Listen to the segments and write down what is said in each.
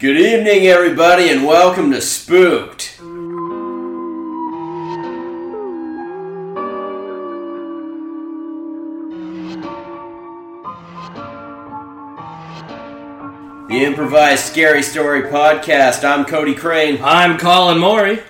Good evening, everybody, and welcome to Spooked. The Improvised Scary Story Podcast. I'm Cody Crane. I'm Colin Mori.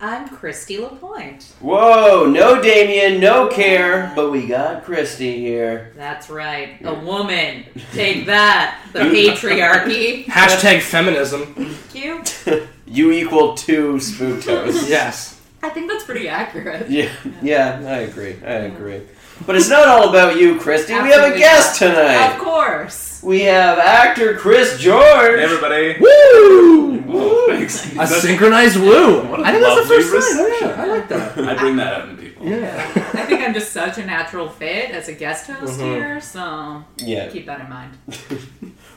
I'm Christy LaPointe. Whoa, no Damien, no care, but we got Christy here. That's right. A woman. Take that. The patriarchy. Hashtag feminism. Thank you. you equal two spooktos. Yes. I think that's pretty accurate. Yeah, yeah, I agree. I agree. But it's not all about you, Christy. We have a Absolutely guest Of tonight. course. We have actor Chris George. Hey, everybody. Woo! Woo, thanks. A synchronized woo. What a I think that's the lovely first time. reception. Yeah, I like that. I bring that out in people. Yeah. I think I'm just such a natural fit as a guest host Mhm. here, so Yeah, keep that in mind.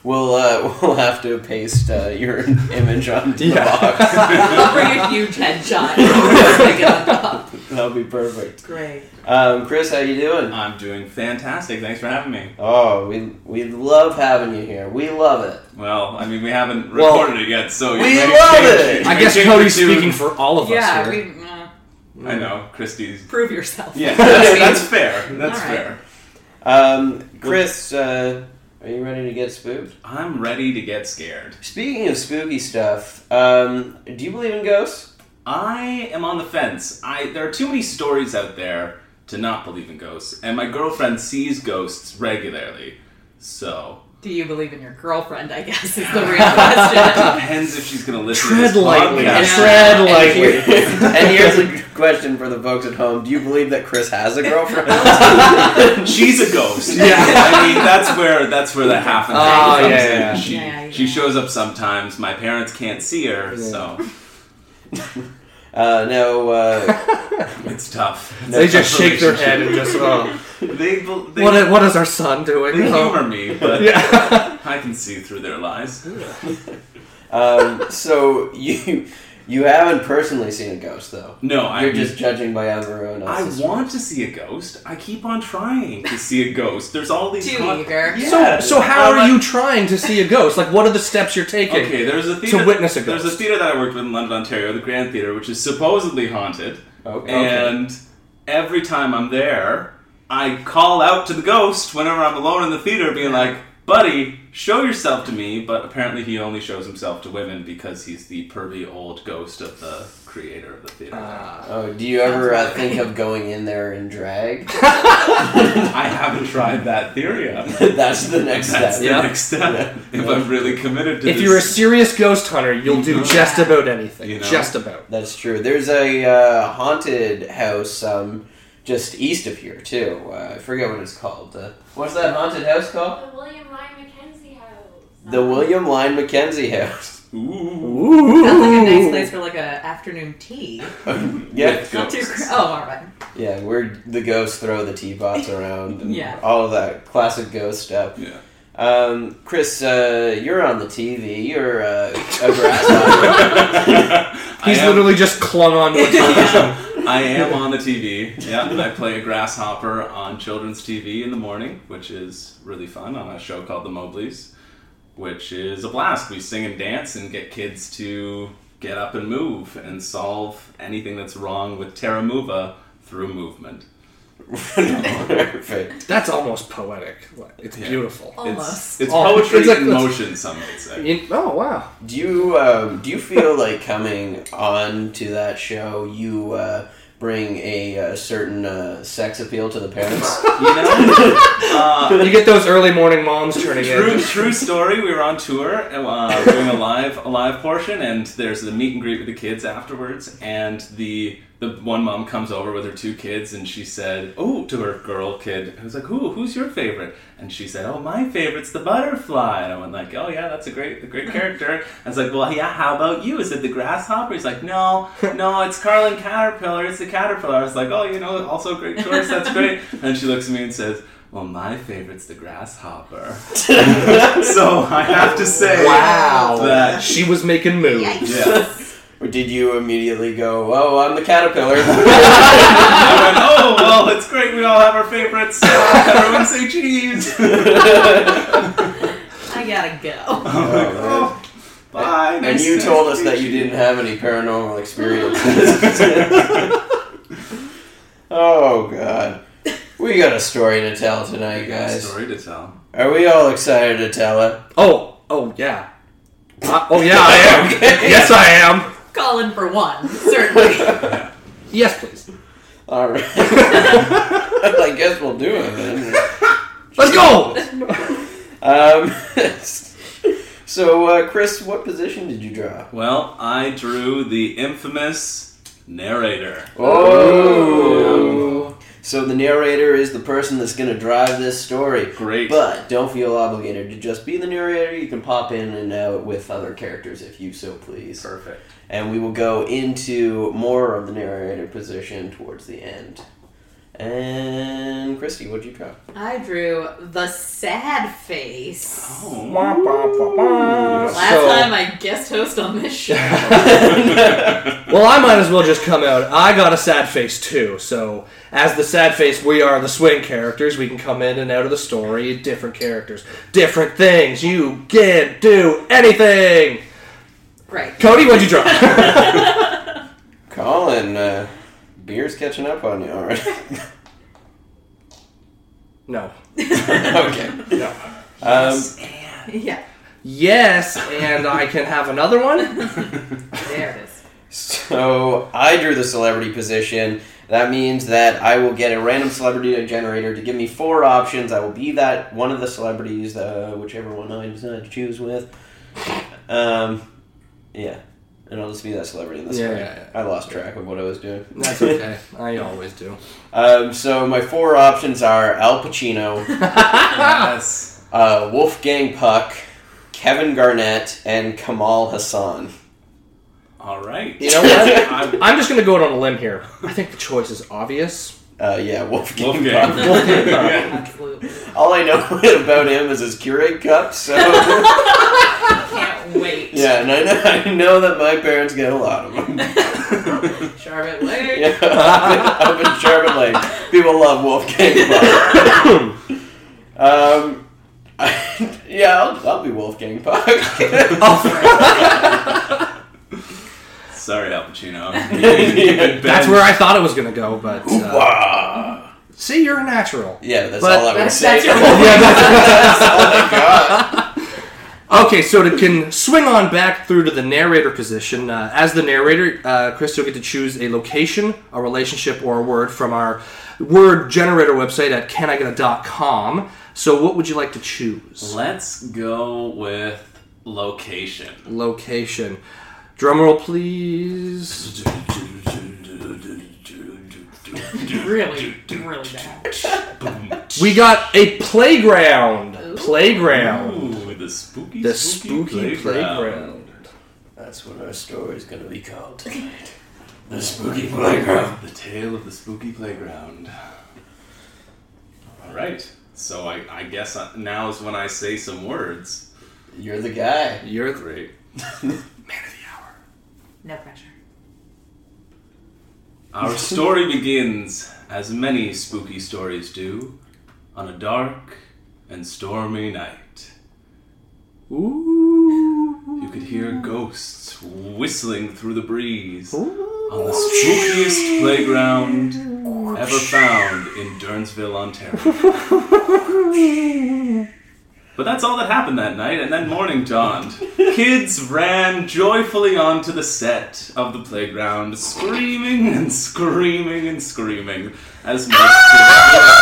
we'll uh, we'll have to paste uh, your image on the Yeah. box. I'll bring a huge headshot. Just like a cup. That'll be perfect. Great. Um, Chris, how you doing? I'm doing fantastic. Thanks for having me. Oh, we we love having you here. We love it. Well, I mean, we haven't Well, recorded it yet, so you we may love change- it. you I may guess change Cody's the tune. speaking for all of us Yeah, here. we, uh, I know Christie's. prove yourself. Yeah, that's, that's fair. That's All right. fair. Um, Chris, uh, are you ready to get spooked? I'm ready to get scared. Speaking of spooky stuff, um, do you believe in ghosts? I am on the fence. I there are too many stories out there to not believe in ghosts, and my girlfriend sees ghosts regularly. So Do you believe in your girlfriend, I guess, is the real question. depends if she's gonna listen. Tread to this lightly. podcast. Tread And lightly. and here's a question for the folks at home: Do you believe that Chris has a girlfriend? Uh, She's a ghost. Yeah. I mean that's where that's where the half and half Oh, comes yeah, in. yeah. She Yeah, yeah. she shows up sometimes. My parents can't see her, so Uh, no, uh, it's tough. It's a They tough just shake their head and relationship. just, oh. they bel- they, What, i- what is our son doing? they Oh. humor me, but Yeah. I can see through their lies. um, so you you haven't personally seen a ghost though. No, I You're just judging by everyone I else's. want to see a ghost. I keep on trying to see a ghost. There's all these Too con- eager. So, Yeah. so how Well, are Um, I- you trying to see a ghost? Like, what are the steps you're taking? Okay, there's a theater. witness a There's a ghost. theater that I worked with in London, Ontario, the Grand Theater, which is supposedly haunted. Oh, okay. And every time I'm there, I call out to the ghost whenever I'm alone in the theater, being like, buddy, show yourself to me. But apparently, he only shows himself to women because he's the pervy old ghost of the creator of the theater. Ah. Oh, do you ever uh, think of going in there in drag? I haven't tried that theory yet. That's the next That's step. the Yeah. next step. Yeah. If I'm really committed to if this. you're a serious ghost hunter, you'll do just about anything. You know. Just about. That's true. There's a uh, haunted house um, just east of here too. Uh, I forget what it's called. Uh, what's that haunted house called? The William Lyon Mackenzie House. The William Lyon Mackenzie House. Ooh. Ooh. Sounds like a nice place for like a afternoon tea. yeah, With Not too cr- ghosts. oh, all right. yeah. Where the ghosts throw the teapots around and Yeah. all of that classic ghost stuff. Yeah. Um, Chris, uh, you're on the TV. You're uh, a grasshopper. He's I am- literally just clung on to a television. I am on the TV. Yeah, I play a grasshopper on children's TV in the morning, which is really fun on a show called The Mobleys, which is a blast. We sing and dance and get kids to get up and move and solve anything that's wrong with Terra Mova through movement. Perfect. That's almost poetic. Like, It's Yeah. beautiful. Almost. It's, it's Oh, poetry it's like- in motion, some would say. You- oh wow! Do you um, do you feel like coming on to that show? You uh, bring a, uh certain uh, sex appeal to the parents. You know? Uh, You get those early morning moms turning True, in. true story. We were on tour uh, doing a live, a live portion, and there's the meet and greet with the kids afterwards. And the the one mom comes over with her two kids, and she said, "Oh," to her girl kid. I was like, "Who? Who's your favorite?" And she said, "Oh, my favorite's the butterfly." And I went like, "Oh yeah, that's a great, a great character." I was like, "Well, yeah, how about you? Is it the grasshopper?" He's like, "No, no, it's Carlin Caterpillar. It's the caterpillar." I was like, "Oh, you know, also a great choice. That's great." And she looks at me and says. Well, my favorite's the grasshopper. so I have to say, Wow! That- she was making moves. yeah. Or did you immediately go, "Oh, I'm the caterpillar"? I went, oh well, it's great. We all have our favorites. Everyone say cheese. I gotta go. I'm like, oh, I- Hi, nice and you to told us meet that you you. didn't have any paranormal experiences. oh god, we got a story to tell I tonight, got a guys. story to tell. Are we all excited to tell it? Oh, oh yeah. Uh, oh yeah, I am. Okay. Yes, I am. Colin for one, certainly. Yes, please. all right. I guess we'll do it then. Let's go. Um, so, uh, Chris, what position did you draw? Well, I drew the infamous narrator. Oh. So the narrator is the person that's going to drive this story. Great. But don't feel obligated to just be the narrator. You can pop in and out with other characters if you so please. Perfect. And we will go into more of the narrator position towards the end. And Christy, what'd you draw? I drew the sad face. Oh. Wah, wah, wah, wah. Last So- time I guest host on this show. Well, I might as well just come out. I got a sad face too. So, as the sad face, we are the swing characters. We can come in and out of the story, different characters, different things. You can do anything. Right. Cody, what'd you draw? Colin, uh, beer's catching up on you already. no. okay. No. Um, Yeah. Yes, and I can have another one. Um, There it is. So I drew the celebrity position. That means that I will get a random celebrity generator to give me four options. I will be that one of the celebrities, uh, whichever one I decide to choose with. Um, yeah, and I'll just be that celebrity in this. Yeah, one. yeah, I lost track of what I was doing. That's okay. I always do. um, so my four options are Al Pacino, Yes. uh, Wolfgang Puck, Kevin Garnett, and Kamal Hassan. All right. You know what? I- I'm just gonna go out on a limb here. I think the choice is obvious. Uh, yeah, Wolfgang, Wolfgang. Puck. Absolutely. All I know about him is his Keurig cup, so Can't wait. yeah, and I know, I know that my parents get a lot of them. Charlotte Wade. Yeah, up in, up in Sherman Lake, people love Wolfgang Puck. um, I, yeah, I'll, I'll be Wolfgang Puck. Oh, Sorry, Al Pacino. Yeah, That's where I thought it was gonna go, but uh, Wow. see, you're a natural. Yeah, that's But all I would that's- say. that's your- Yeah, that's all I got. Okay, so to can swing on back through to the narrator position. Uh, as the narrator, uh, Chris, you'll get to choose a location, a relationship, or a word from our word generator website at caniget.com. So, what would you like to choose? Let's go with location. Location. Drumroll, please. Really, really bad. We got a playground. Playground. Ooh, the spooky, The spooky, spooky playground. playground. That's what our story's gonna be called tonight. The spooky playground. The tale of the spooky playground. All right. So I, I guess I, now is when I say some words. You're the guy. You're the Great. man of the hour. No pressure. Our story begins, as many spooky stories do, on a dark and stormy night. Ooh. You could hear ghosts whistling through the breeze on the spookiest playground ever found in Durnsville, Ontario. But that's all that happened that night, and then morning dawned. Kids ran joyfully onto the set of the playground, screaming and screaming and screaming as most Monkey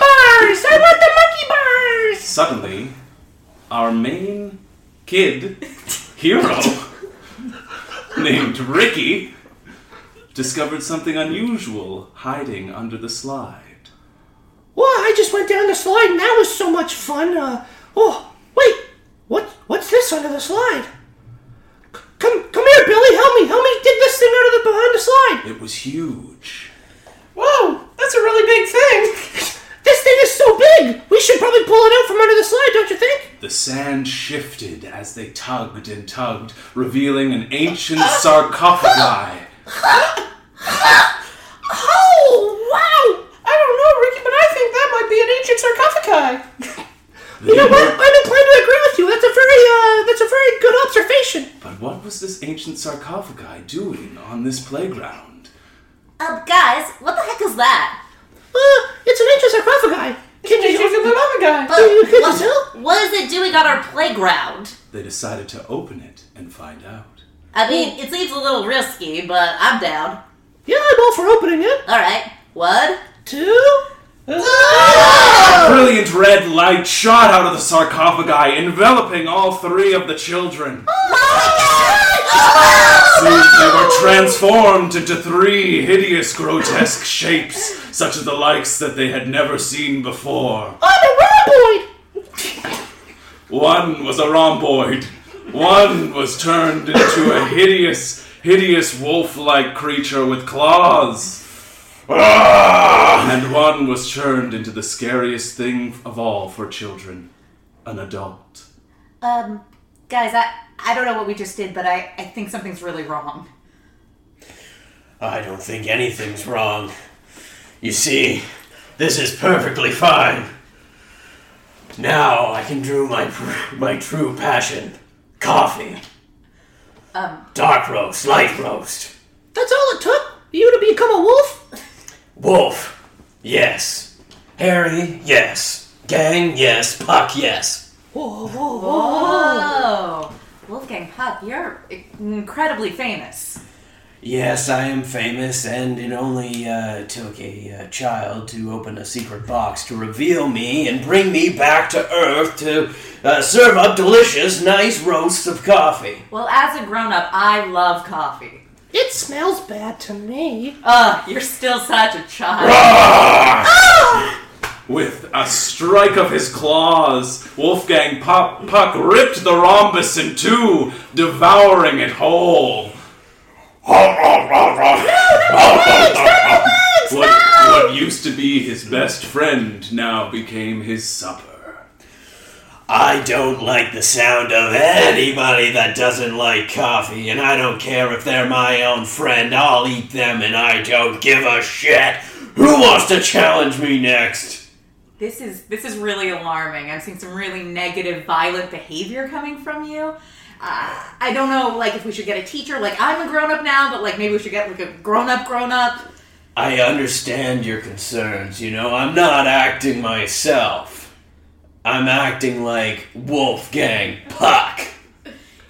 bars! I want the monkey bars! Suddenly, our main kid hero named Ricky discovered something unusual hiding under the slide. Well, I just went down the slide and that was so much fun. Uh, oh, wait, what? What's this under the slide? C- Come, come here, Billy. Help me. Help me dig this thing out of the behind the slide. It was huge. Whoa, that's a really big thing. this thing is so big. We should probably pull it out from under the slide, don't you think? The sand shifted as they tugged and tugged, revealing an ancient sarcophagi. Oh, wow. I don't know, Ricky, but I think that might be an ancient sarcophagi. They You know what? were, I'm inclined to agree with you. That's a very, uh, that's a very good observation. But what was this ancient sarcophagi doing on this playground? Uh, guys, what the heck is that? it's an ancient sarcophagi. Can you use But what, what is it doing on our playground? They decided to open it and find out. I mean, it seems a little risky, but I'm down. Yeah, I'm all for opening it. All right, one. Two. Brilliant red light shot out of the sarcophagi, enveloping all three of the children. Soon they were transformed into three hideous, grotesque shapes, such as the likes that they had never seen before. One was a rhomboid. One was turned into a hideous, hideous wolf like creature with claws. Ah! And one was turned into the scariest thing of all for children an adult. Um, guys, I I don't know what we just did, but I I think something's really wrong. I don't think anything's wrong. You see, this is perfectly fine. Now I can do my pr- my true passion, coffee. Um. Dark roast, light roast, That's all it took you to become a wolf. wolf. Yes. Harry. Yes. Gang. Yes. Puck. Yes. Whoa, Oh. Wolfgang Puck, you're incredibly famous. Yes, I am famous, and it only uh, took a uh, child to open a secret box to reveal me and bring me back to Earth to uh, serve up delicious, nice roasts of coffee. Well, as a grown up, I love coffee. It smells bad to me. Ugh, you're still such a child. With a strike of his claws, Wolfgang Pop- Puck ripped the rhombus in two, devouring it whole. what, what used to be his best friend now became his supper. I don't like the sound of anybody that doesn't like coffee, and I don't care if they're my own friend. I'll eat them, and I don't give a shit. Who wants to challenge me next? This is this is really alarming. I'm seeing some really negative, violent behavior coming from you. Uh, I don't know, like if we should get a teacher. Like I'm a grown up now, but like maybe we should get like a grown up, grown up. I understand your concerns, you know. I'm not acting myself. I'm acting like Wolfgang Puck.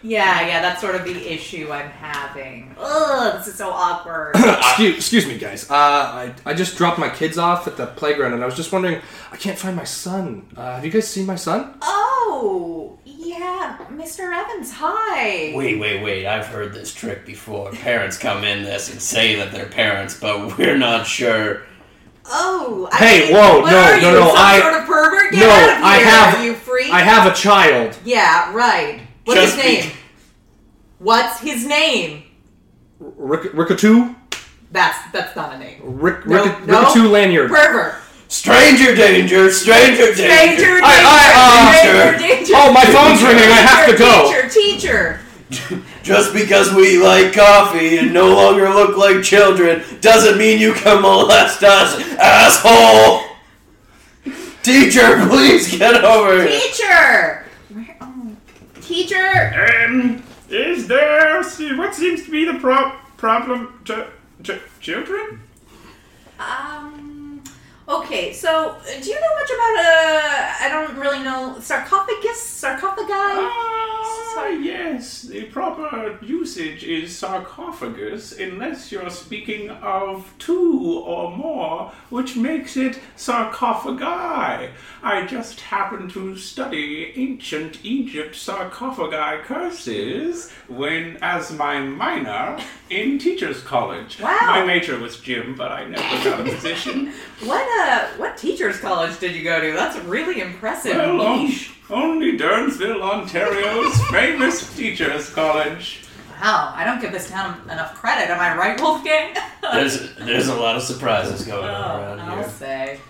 Yeah, yeah, that's sort of the issue I'm having. Ugh, this is so awkward. excuse, excuse me, guys. Uh, I, I just dropped my kids off at the playground, and I was just wondering. I can't find my son. Uh, have you guys seen my son? oh, yeah, Mr. Evans, hi. Wait, wait, wait. I've heard this trick before. Parents come in this and say that they're parents, but we're not sure. Oh, I Hey, mean, whoa, what no, are no, you, no, some I- sort of pervert? Get no, out of I here, have- you freak. I have a child. yeah, right. What's Just his be- name? What's his name? Rick, Rickatoo, That's that's not a name. Rick, No, Rick, no. Rickatoo lanyard. Pervert. Stranger danger, stranger danger. Danger, danger, I, I- uh, danger, danger. Oh, my phone's ringing. I have to go. Teacher, teacher. Just because we like coffee and no longer look like children doesn't mean you can molest us, asshole! Teacher, please get over here. Teacher. Where- oh, Teacher. Um, is there what seems to be the pro- problem? Ch- ch- children? Um. Okay, so uh, do you know much about uh? I don't really know sarcophagus, sarcophagi. Ah, yes. The proper usage is sarcophagus, unless you're speaking of two or more, which makes it sarcophagi. I just happen to study ancient Egypt sarcophagi curses when, as my minor in teacher's college. Wow. My major was gym, but I never got a position. What uh? What teachers' college did you go to? That's really impressive. um, Well, on- niche. only Durnsville, Ontario's famous teachers' college. Wow, I don't give this town enough credit. Am I right, Wolfgang? There's, there's a lot of surprises going Oh, on I'll around here. say.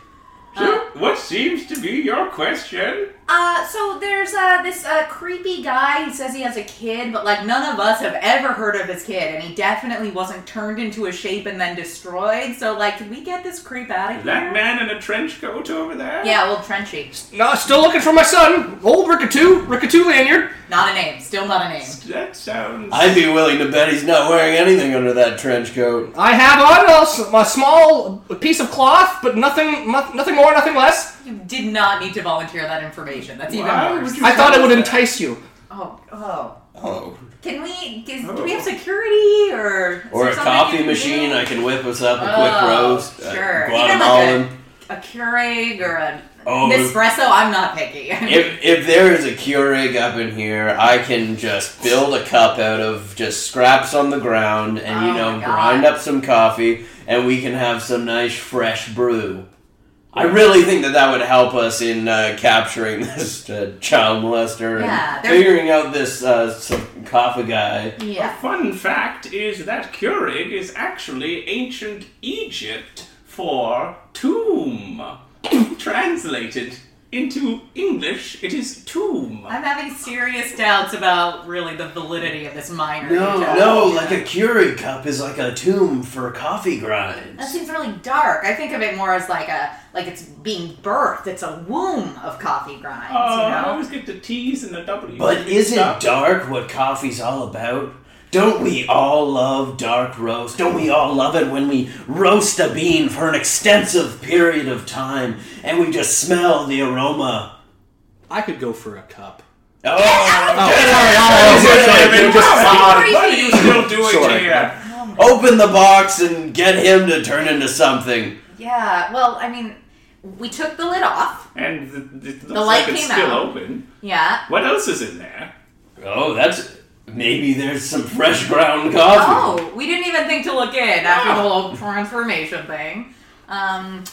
Um, What seems to be your question? Uh, so there's uh, this uh, creepy guy. He says he has a kid, but like none of us have ever heard of his kid, and he definitely wasn't turned into a shape and then destroyed. So like, can we get this creep out of here? That man in a trench coat over there? yeah, old Trenchy. No, still looking for my son. Old Rickatoo, Rickatoo lanyard. Not a name. Still not a name. That sounds. I'd be willing to bet he's not wearing anything under that trench coat. I have on a s- a, small piece of cloth, but nothing, mo- nothing more, nothing less. You did not need to volunteer that information. That's even Why worse. would you I thought it would tell us entice you. Oh, oh. Oh. Can we? Is, Do we have security or? is Or there a something you coffee can machine, do? I can whip us up a Oh, quick roast. uh, sure. Even like Guatemalan. a Keurig or a Oh, if- Nespresso. I'm not picky. If, if there is a Keurig up in here, I can just build a cup out of just scraps on the ground and, you Oh know, my God. grind up some coffee and we can have some nice fresh brew. I really think that that would help us in uh, capturing this uh, child molester Yeah, and there's- figuring out this uh, some coffee guy. that? yeah. Fun fact is that Keurig is actually ancient Egypt for tomb. Translated into English, it is tomb. I'm having serious doubts about really the validity of this minor. No, detail. no, like a Keurig cup is like a tomb for coffee grinds. That seems really dark. I think of it more as like a like it's being birthed. It's a womb of coffee grinds. Oh, you I know. always get the T's and the W's. But mixed isn't up. dark what coffee's all about? Don't we all love dark roast? Don't we all love it when we roast a bean for an extensive period of time and we just smell the aroma? I could go for a cup. Oh, Oh, get out. Get sorry. Oh, sorry. out. We just- Wow, what are you still doing Sorry. here? Open the box and get him to turn into something. Yeah. Well, I mean, we took the lid off. And it, it looks light like it's came still out. open. Yeah. What else is in there? Oh, that's maybe there's some fresh ground coffee. Oh, we didn't even think to look in after the whole transformation thing. Um,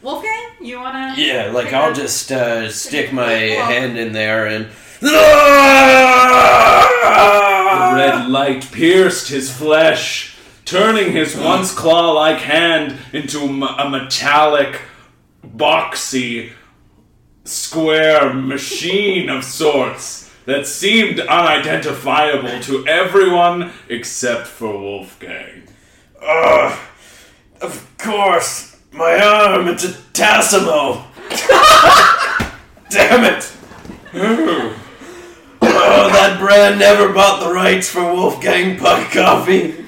Wolfgang, you wanna? Oh. Yeah, like pick I'll up? just uh, stick my hand in there and. The red light pierced his flesh, turning his once claw like hand into m- a metallic, boxy, square machine of sorts that seemed unidentifiable to everyone except for Wolfgang. Ugh, of course, my arm, it's a Tassimo. Damn it. oh, that brand never bought the rights for Wolfgang Puck Coffee.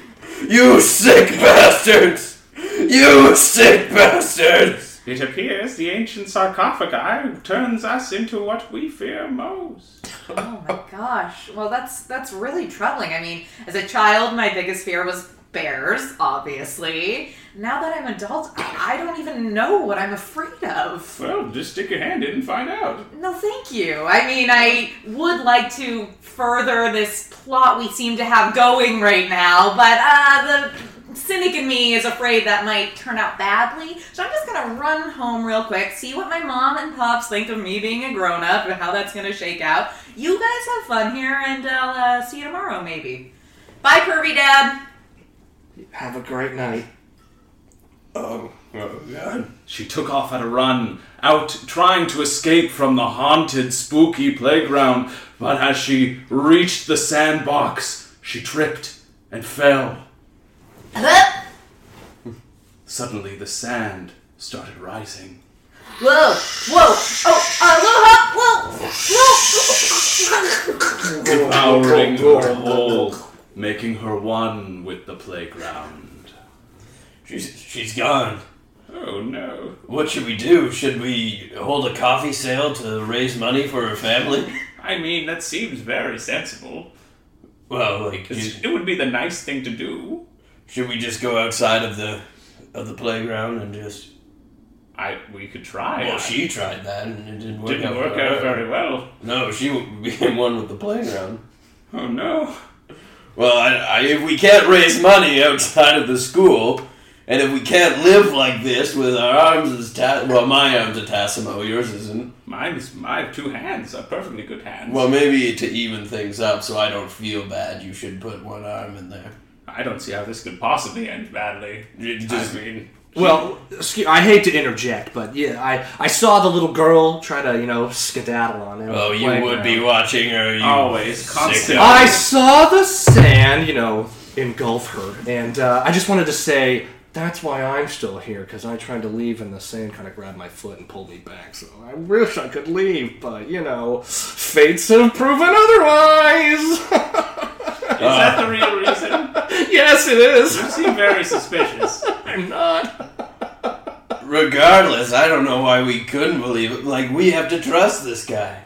You sick bastards! You sick bastards! It appears the ancient sarcophagi turns us into what we fear most. Oh my gosh. Well, that's that's really troubling. I mean, as a child, my biggest fear was bears, obviously. Now that I'm an adult, I I don't even know what I'm afraid of. Well, just stick your hand in and find out. No, thank you. I mean, I would like to further this plot we seem to have going right now, but uh, the cynic in me is afraid that might turn out badly. So I'm just gonna run home real quick, see what my mom and pops think of me being a grown up and how that's gonna shake out. You guys have fun here, and I'll uh, see you tomorrow, maybe. Bye, Pervy Dad. Have a great night. Oh, oh god. She took off at a run, out trying to escape from the haunted, spooky playground, but as she reached the sandbox, she tripped and fell. Suddenly, the sand started rising. Whoa, whoa, oh, aloha, whoa, whoa. devouring her whole, making her one with the playground. She's, she's gone. Oh no. What should we do? Should we hold a coffee sale to raise money for her family? I mean, that seems very sensible. Well, like, you- It's- It would be the nice thing to do. Should we just go outside of the of the playground and just? I we could try. Well, I- she tried that and it didn't work didn't out. work for uh, her. out very well. No, she became one with the playground. Oh no. Well, I, I, if we can't raise money outside of the school, and if we can't live like this with our arms as ta- well, my arms are Tassimo, yours isn't. Mine's my two hands are perfectly good hands. Well, maybe to even things up, so I don't feel bad, you should put one arm in there. I don't see how this could possibly end badly. It I just mean, Well, excuse, I hate to interject, but yeah, I, I saw the little girl try to you know skedaddle on him. Oh, you would be watching her. You Always, constantly. sicko. I saw the sand, you know, engulf her, and uh, I just wanted to say that's why I'm still here because I tried to leave and the sand kind of grabbed my foot and pulled me back. So I wish I could leave, but you know, fates have proven otherwise. Is that uh, the real reason? yes, it is. You seem very suspicious. I'm not. Regardless, I don't know why we couldn't believe it. Like, we have to trust this guy.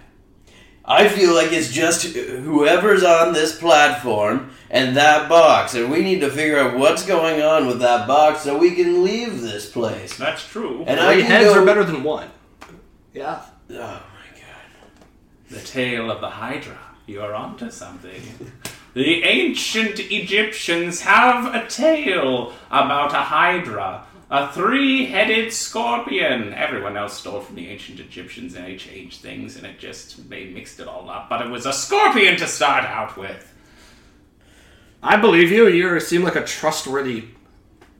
I feel like it's just whoever's on this platform and that box, and we need to figure out what's going on with that box so we can leave this place. That's true. And I Three can heads go- are better than one. Yeah. Oh my god! The tale of the Hydra. You're onto something. The ancient Egyptians have a tale about a Hydra, a three headed scorpion. Everyone else stole from the ancient Egyptians and they changed things and it just they mixed it all up. But it was a scorpion to start out with. I believe you. You seem like a trustworthy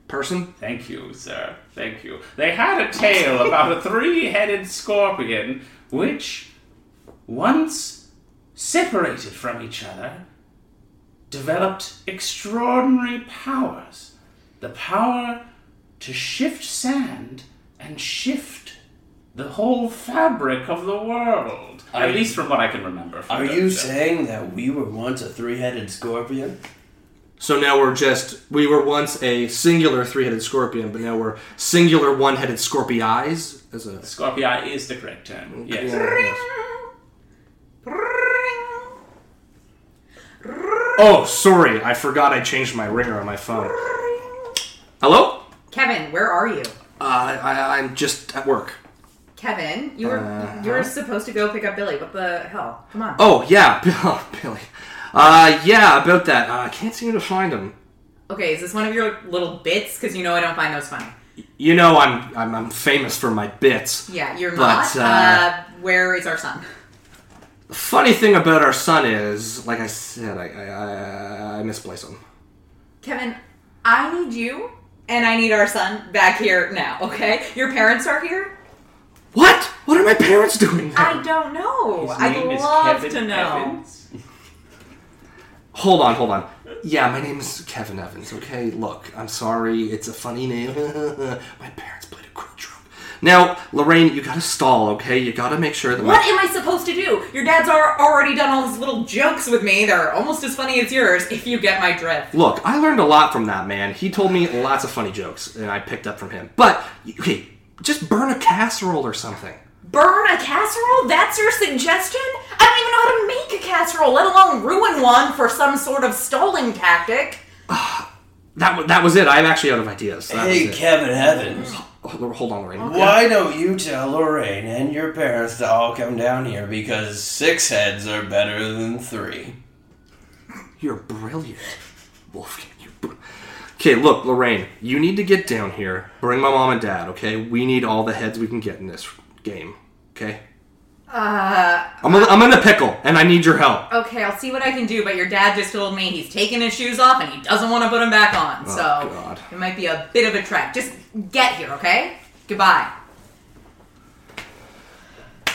person. Thank you, sir. Thank you. They had a tale about a three headed scorpion which, once separated from each other, developed extraordinary powers. The power to shift sand and shift the whole fabric of the world. Are- At least from what I can remember. from Are the- you the- saying that we were once a three-headed scorpion? So now we're just we were once a singular three-headed scorpion, but now we're singular one-headed scorpions as a Scorpii is the correct term. Yes. Oh, sorry, I forgot I changed my ringer on my phone. Hello? Kevin, where are you? Uh, I, I'm just at work. Kevin, you were Uh, you were supposed to go pick up Billy. What the hell? Come on. Oh yeah, Bill, Billy. Uh, yeah, about that. Uh, I can't seem to find him. Okay, is this one of your little bits? Because you know I don't find those funny. You know, I'm I'm, I'm famous for my bits. Yeah, you're But, not. Uh, uh, where is our son? Funny thing about our son is, like I said, I I, I, I misplace him. Kevin, I need you and I need our son back here now. Okay, your parents are here. What? What are my parents doing? now? I don't know. His I'd name is love Kevin to know. Evans. Hold on, hold on. Yeah, my name is Kevin Evans, okay? Look, I'm sorry, it's a funny name. my parents played a cruel joke. Now, Lorraine, you gotta stall, okay? You gotta make sure that my- What am I supposed to do? Your dad's are already done all his little jokes with me. They're almost as funny as yours, if you get my drift. Look, I learned a lot from that man. He told me lots of funny jokes, and I picked up from him. But, okay, just burn a casserole or something. Burn a casserole? That's your suggestion? I don't even know how to make a casserole, let alone ruin one for some sort of stalling tactic. That, w- that was it. I'm actually out of ideas. That hey, was it. Kevin Evans. Hold hold on, Lorraine. Why don't you tell Lorraine and your parents to all come down here because six heads are better than three? You're brilliant, Wolfgang. You're br- okay, look, Lorraine, you need to get down here. Bring my mom and dad, okay? We need all the heads we can get in this game, okay? Uh, I'm, in- I'm in a pickle, and I need your help. okay, I'll see what I can do, but your dad just told me he's taking his shoes off and he doesn't want to put them back on, Oh, so God. it might be a bit of a trek. Just get here, okay? Goodbye.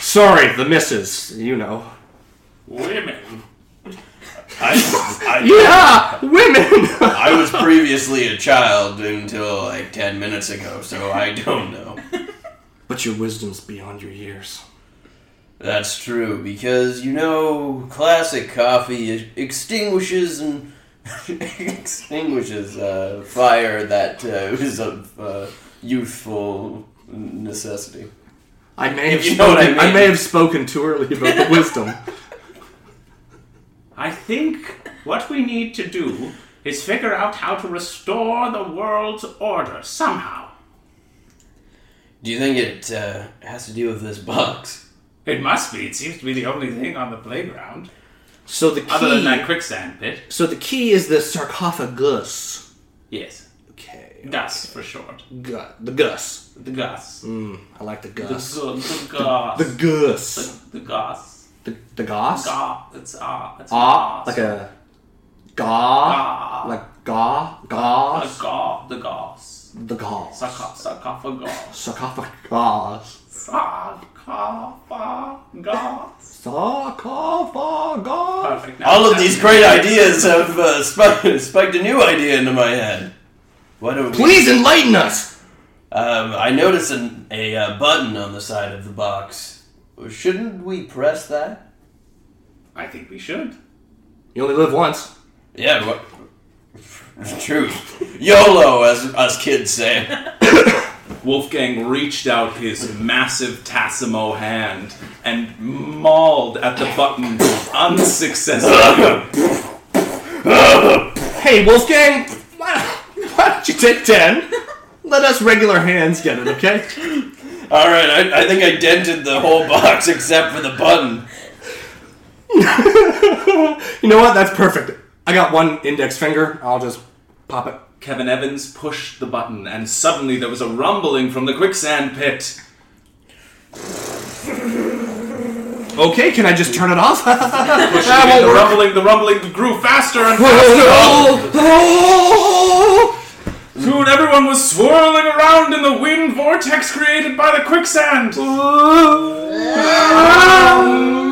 Sorry, the missus, you know. Women. I, I, Yeah, women! I was previously a child until like 10 minutes ago, so I don't know. but your wisdom's beyond your years. That's true, because you know, classic coffee extinguishes and extinguishes uh, fire that uh, is of uh, youthful necessity. I may have you know what I spoken, I mean. may have spoken too early about the wisdom. I think what we need to do is figure out how to restore the world's order somehow. Do you think it uh, has to do with this box? It must be. It seems to be the only thing on the playground. So the key, Other than that quicksand pit. so the key is the sarcophagus. Yes. Okay, Gus, for short. gu- the gus. The Gus. Hmm, I like the The, gus. gu- the Gus. The gus. The Gus. The, the goss? Ga. It's ah. It's Ah, Gus. like a gaw? Ah. Like gaw? Gaw? The Ga. The Gus. the Gauls. Sarco- sarcophagus. Sarcophagus. Sarcophagus. Sarcophagus. Perfect. All of these great ideas have uh, spiked, spiked a new idea into my head. What do we? Please enlighten us. Um, I noticed an, a uh, button on the side of the box. Shouldn't we press that? I think we should. You only live once. Yeah. What? True. YOLO, as us kids say. Wolfgang reached out his massive Tassimo hand and mauled at the button unsuccessfully. Hey, Wolfgang, why, why don't you take 10? Let us regular hands get it, okay? All right, I, I think I dented the whole box except for the button. you know what? That's perfect. I got one index finger. I'll just pop it. Kevin Evans pushed the button, and suddenly there was a rumbling from the quicksand pit. Okay, can I just turn it off? that And won't the work. rumbling, the rumbling grew faster and Oh, no! Oh! Soon everyone was swirling around in the wind vortex created by the quicksand.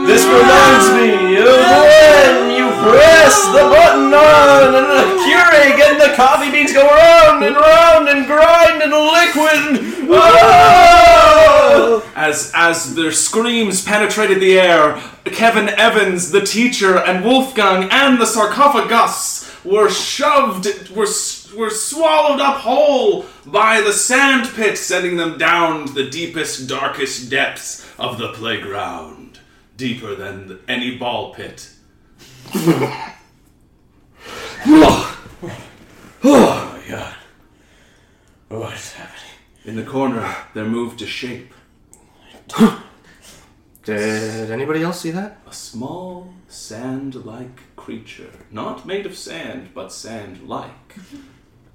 This reminds me of when you press the button on and the Keurig and the coffee beans go round and round and grind in a liquid. Oh! As as their screams penetrated the air, Kevin Evans, the teacher, and Wolfgang and the sarcophagus were shoved, were s- were swallowed up whole by the sand pit, sending them down to the deepest, darkest depths of the playground, deeper than any ball pit. Oh my god. What is happening? In the corner, there moved a shape, Did anybody else see that? a small sand-like creature, not made of sand, but sand-like,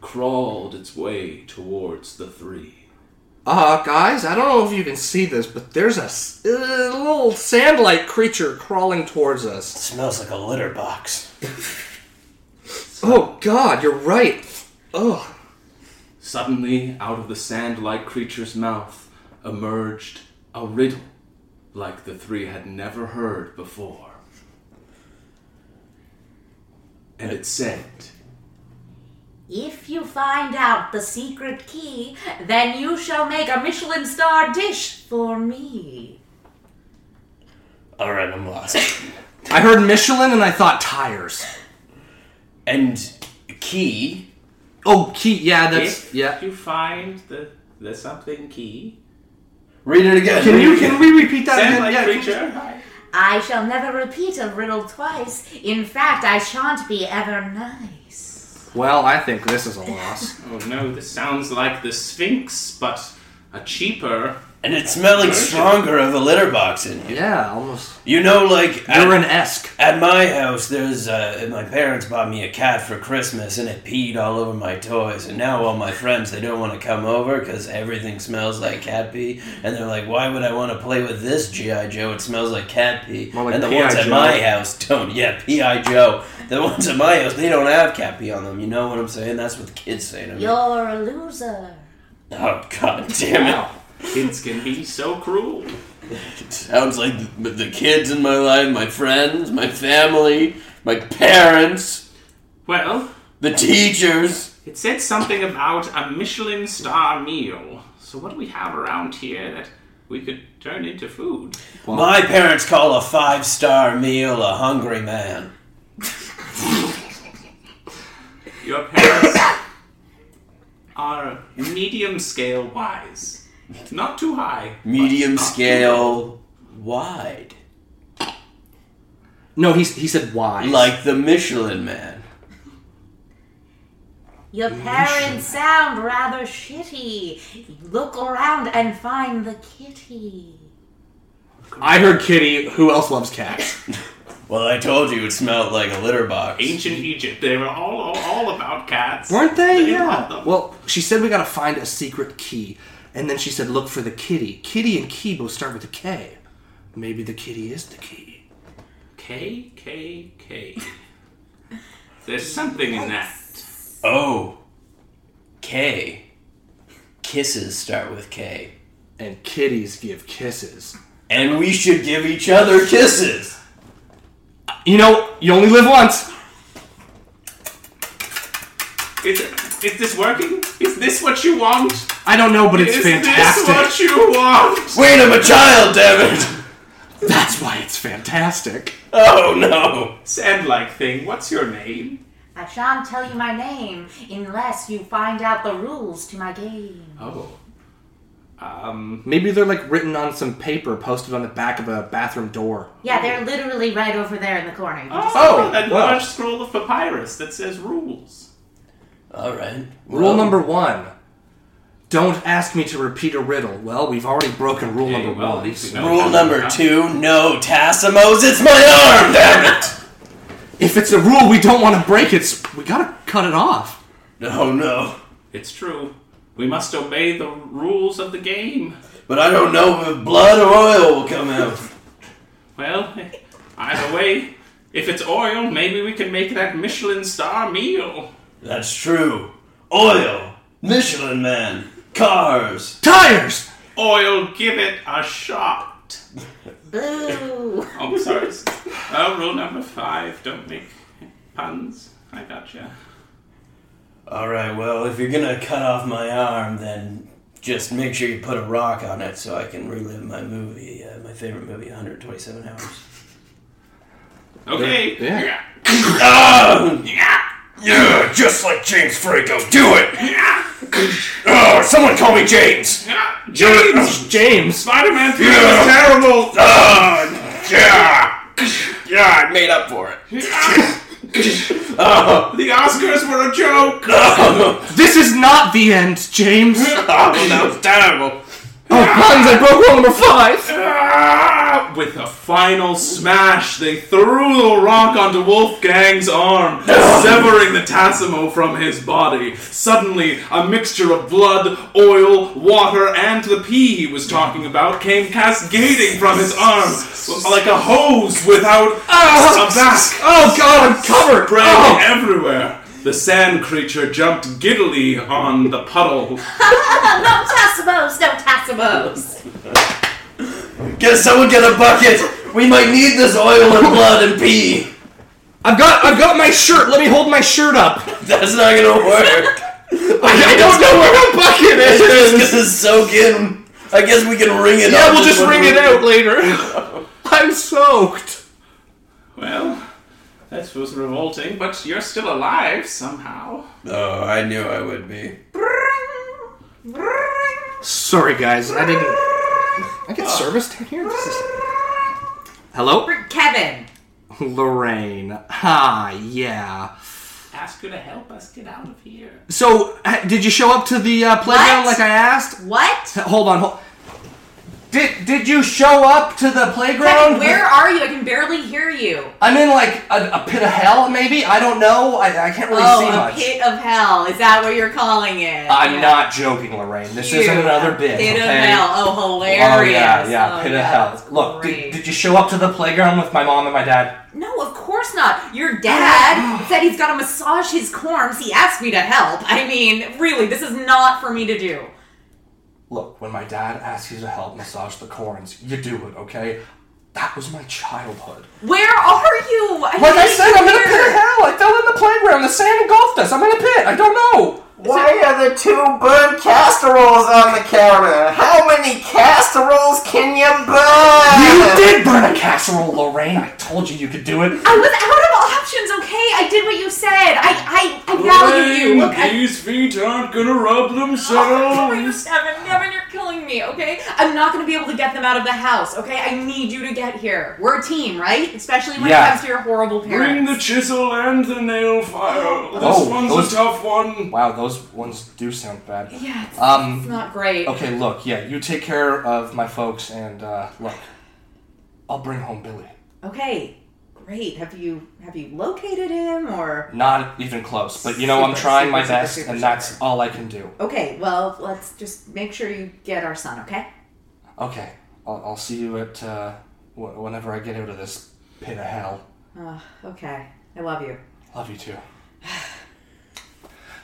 crawled its way towards the three. Uh, guys, I don't know if you can see this, but there's a s- uh, little sand like creature crawling towards us. smells like a litter box. Oh, God, you're right. Oh, Suddenly, out of the sand like creature's mouth emerged a riddle like the three had never heard before. And it said, If you find out the secret key, then you shall make a Michelin star dish for me. Alright, I'm lost. I heard Michelin and I thought tires. And key. Oh, key, yeah, that's, yeah. You find the the something key. Read it again. Can read you it can again. we repeat that Sand again? like Yeah, can- creature. I shall never repeat a riddle twice. In fact, I shan't be ever nice. Well, I think this is a loss. Oh no, this sounds like the Sphinx, but a cheaper. And it's smelling stronger of the litter box in here. yeah, almost You know, like at- urine esque. At my house, there's uh, my parents bought me a cat for Christmas, and it peed all over my toys. And now all my friends they don't want to come over because everything smells like cat pee. And they're like, "Why would I want to play with this GI Joe? It smells like cat pee." More like and the P.I. ones at Joe. my house don't. Yeah, PI Joe. The ones at my house they don't have cat pee on them. You know what I'm saying? That's what the kids say to me. You're a loser. Oh god damn it! Kids can be so cruel. Sounds like the, the kids in my life, my friends, my family, my parents, Well, the teachers. it said something about a Michelin star meal. So what do we have around here that we could turn into food? My parents call a five star meal a hungry man. Your parents are medium scale wise. Not too high. Medium scale wide. No, he he said why. Like the Michelin man. Your parents sound rather shitty. Look around and find the kitty. I heard Kitty. Who else loves cats? Well, I told you it smelled like a litter box. Ancient Egypt, they were all all, all about cats. Weren't they? loved Yeah. them. Well, she said we gotta find a secret key, and then she said look for the kitty. Kitty and key both start with a K. Maybe the kitty is the key. K K K. There's something in that. Oh. K. kisses start with K. and kitties give kisses. And we should give each other kisses. You know, you only live once. Is, is this working? Is this what you want? I don't know, but it's is fantastic. this what you want? Wait, I'm a child, damn it! That's why it's fantastic. Oh no! Sand-like thing. What's your name? I shan't tell you my name unless you find out the rules to my game. Oh. Um. Maybe they're like written on some paper posted on the back of a bathroom door. Yeah, they're literally right over there in the corner. You can just- Oh, that wow. large scroll of papyrus that says rules. Alright. Rule number one don't ask me to repeat a riddle. Well, we've already broken rule Hey, number well, at one. least we know Rule how- number two, no Tassimos, it's my arm, damn it! If it's a rule we don't want to break, it's we gotta cut it off. No, no. It's true. We must obey the rules of the game. But I don't know if blood or oil will come out. Well, either way, if it's oil, maybe we can make that Michelin star meal. That's true. Oil, Michelin man, cars. Tires! Oil, give it a shot. Boo! Oh, sorry. uh, rule number five: don't make puns. I gotcha. Alright, well, if you're gonna cut off my arm, then just make sure you put a rock on it so I can relive my movie, uh, my favorite movie, 127 Hours. Okay. Yeah. Ah! Yeah, just like James Franco. Do it! Oh, someone call me James! James! James! Spider-Man Three Yeah. was terrible. Ah, yeah! Yeah, I made up for it. Oh, The Oscars were a joke. no. This is not the end, James! Oh, Oh, that was terrible. puns, I broke rule number five! Ah! With a final smash, they threw the rock onto Wolfgang's arm, severing the Tassimo from his body. Suddenly, a mixture of blood, oil, water, and the pee he was talking about came cascading from his arm like a hose without Ah! a back Oh god, I'm covered! spread Oh. everywhere. The sand creature jumped giddily on the no puddle. Tassimos! No Tassimos! Get someone get a bucket. We might need this oil and blood and pee. I've got I've got my shirt. Let me hold my shirt up. That's not gonna work. I don't know where my bucket It's just is. gonna soak in. I guess we can wring it out. Yeah, we'll just when wring we- it out later. I'm soaked. Well, that was revolting, but you're still alive somehow. Oh, I knew I would be. Sorry guys, I didn't I get service down here? This is- Hello? Kevin! Lorraine. Ah, yeah. Ask her to help us get out of here. So, h- did you show up to the uh, playground like What? I asked? What? Hold on, hold. Did did you show up to the Kevin, playground? where are you? I can barely hear you. I'm in like a, a pit of hell, maybe. I don't know. I, I can't really see Oh, much. a pit of hell. Is that what you're calling it? I'm Yeah. not joking, Lorraine. This You, isn't another a bit. Pit okay? of hell. Oh, Oh hilarious. yeah, yeah, Oh, pit yeah, of that's hell. Look, great. did, did you show up to the playground with my mom and my dad? No, of course not. Your dad said he's got to massage his corns. He asked me to help. I mean, really, this is not for me to do. Look, when my dad asks you to help massage the corns, you do it, okay? That was my childhood. Where are you? Like I need said, to I'm in a hear. pit of hell. I fell in the playground. The sand engulfed us. I'm in a pit. I don't know. Why are the two burnt casseroles on the counter? How many casseroles can you You Oh. burn? did burn a casserole, Lorraine. I told you you could do it. I was out of options, okay? I did what you said. I I, I value you. Look, I, these feet aren't gonna rub Oh, themselves. Evan, Evan, you're killing me, okay? I'm not gonna be able to get them out of the house, okay? I need you to get here. We're a team, right? Especially when Yeah. it comes to your horrible Bring parents. the chisel and the nail file. This Oh, one's those- a tough one. Wow, those ones do sound bad. yeah, it's, it's Um, not great. Okay, look, yeah, you take care of my folks, and uh, look, I'll bring home Billy. Okay, great. Have you have you located him or? Not even close, but you know I'm Super, trying my super, super, best, super, and super. that's all I can do. Okay, well, let's just make sure you get our son, okay? Okay, I'll, I'll see you at uh, wh- whenever I get out of this pit of hell. Uh, okay, I love you. Love you too.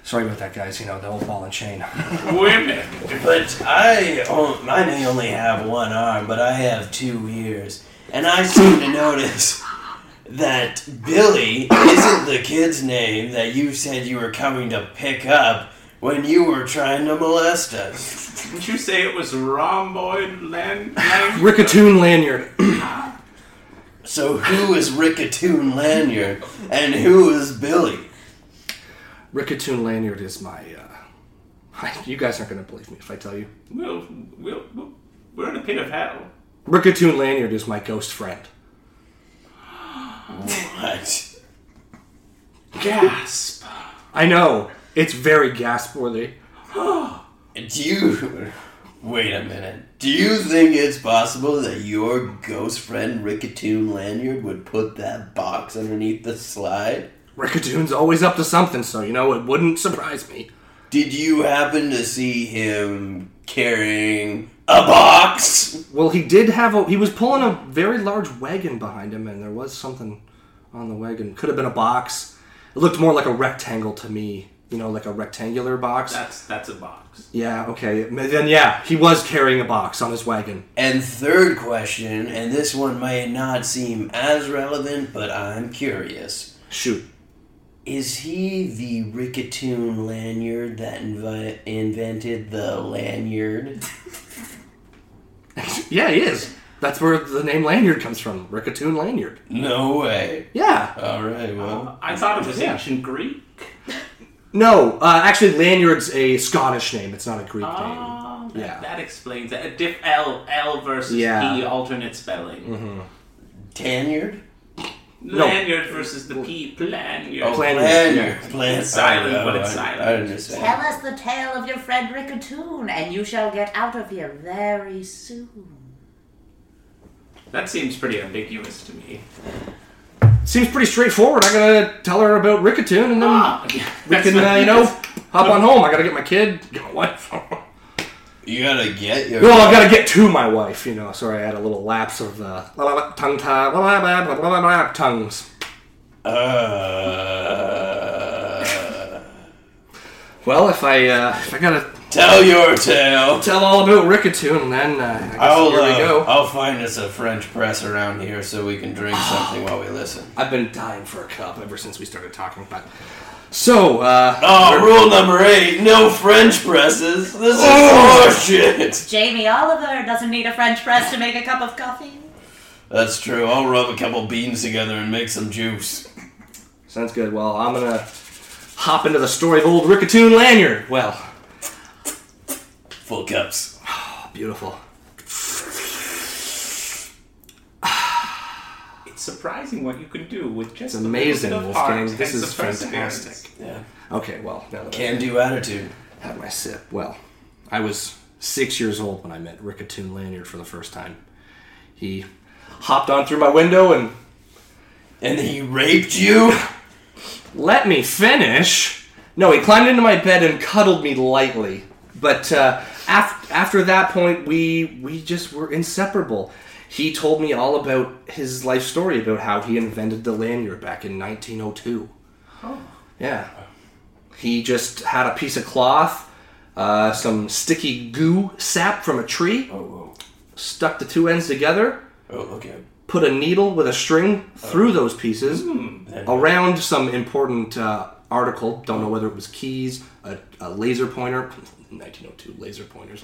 Sorry about that, guys. You know, the old ball and chain. Women. But I, on- I may only have one arm, but I have two ears, and I seem to notice that Billy isn't the kid's name that you said you were coming to pick up when you were trying to molest us. Didn't you say it was rhomboid land? land? Rickatoon lanyard. So who is Rickatoon Lanyard, and who is Billy? Rickatoon lanyard is my. Uh, you guys aren't going to believe me if I tell you. We'll, we'll, we'll, we're in a pit of hell. Rickatoon lanyard is my ghost friend. What? Gasp. I know it's very gasp worthy. Do you... Wait a minute. Do you think it's possible that your ghost friend Rickatoon Lanyard would put that box underneath the slide? Rickatoon's always up to something, so you know it wouldn't surprise me. Did you happen to see him carrying a box? Well, he did have a. He was pulling a very large wagon behind him, and there was something on the wagon. Could have been a box. It looked more like a rectangle to me. You know, like a rectangular box. That's, that's a box. yeah. Okay. Then yeah, he was carrying a box on his wagon. And third question, and this one may not seem as relevant, but I'm curious. Shoot. Is he the Rickatoon Lanyard that invi- invented the lanyard? yeah, he is. That's where the name Lanyard comes from. Rickatoon Lanyard. No way. Yeah. All right, well. I thought it was Yeah. ancient Greek. No, uh, actually, Lanyard's a Scottish name. It's not a Greek name. Oh, that, Yeah. that explains that. Diff L L versus Yeah. Mm-hmm. P alternate spelling. Tanyard? Lanyard versus the P lanyard. Oh, Plan- lanyard. Plan- It's silent, Oh, but it's I- silent. I understand. Tell us the tale of your friend Rickatoon, and you shall get out of here very soon. That seems pretty ambiguous to me. Seems pretty straightforward. I gotta tell her about Rickatoon, and then Ah, we that's can, not- uh, you know, hop on home. I gotta get my kid, get my wife. You gotta get your. Well, I've got to get to my wife, you know. Sorry, I had a little lapse of uh, la- la- la- tongue tie, la- la- la- la- la- la- la- tongues. Uh, Well, if I uh, if I gotta tell your tale. tell all about Rickatoon, then uh, I guess I'll, here we uh, go. I'll find us a French press around here so we can drink Oh. something while we listen. I've been dying for a cup ever since we started talking, but so uh, Oh, rule number eight no French presses. This is Oh. horseshit. Jamie Oliver doesn't need a French press to make a cup of coffee. That's true. I'll rub a couple beans together and make some juice. sounds good. Well, I'm gonna hop into the story of old Rickatoon Lanyard. Well, Full cups. beautiful. It's surprising what you can do with just It's amazing, a little bit of Wolfgang. art This and is the perseverance. fantastic. Yeah. Okay, well, now that Can do attitude. I had my sip, well, I was six years old when I met Rickatoon Lanyard for the first time. He hopped on through my window and And he raped you? let me finish. No, he climbed into my bed and cuddled me lightly. But uh, af- after that point, we we just were inseparable. He told me all about his life story about how he invented the lanyard back in 1902. Yeah, he just had a piece of cloth, uh, some sticky goo sap from a tree, Oh, stuck the two ends together, oh. oh okay. put a needle with a string through those pieces Then- around some important uh, article. Don't know whether it was keys, a, a laser pointer, 1902 laser pointers,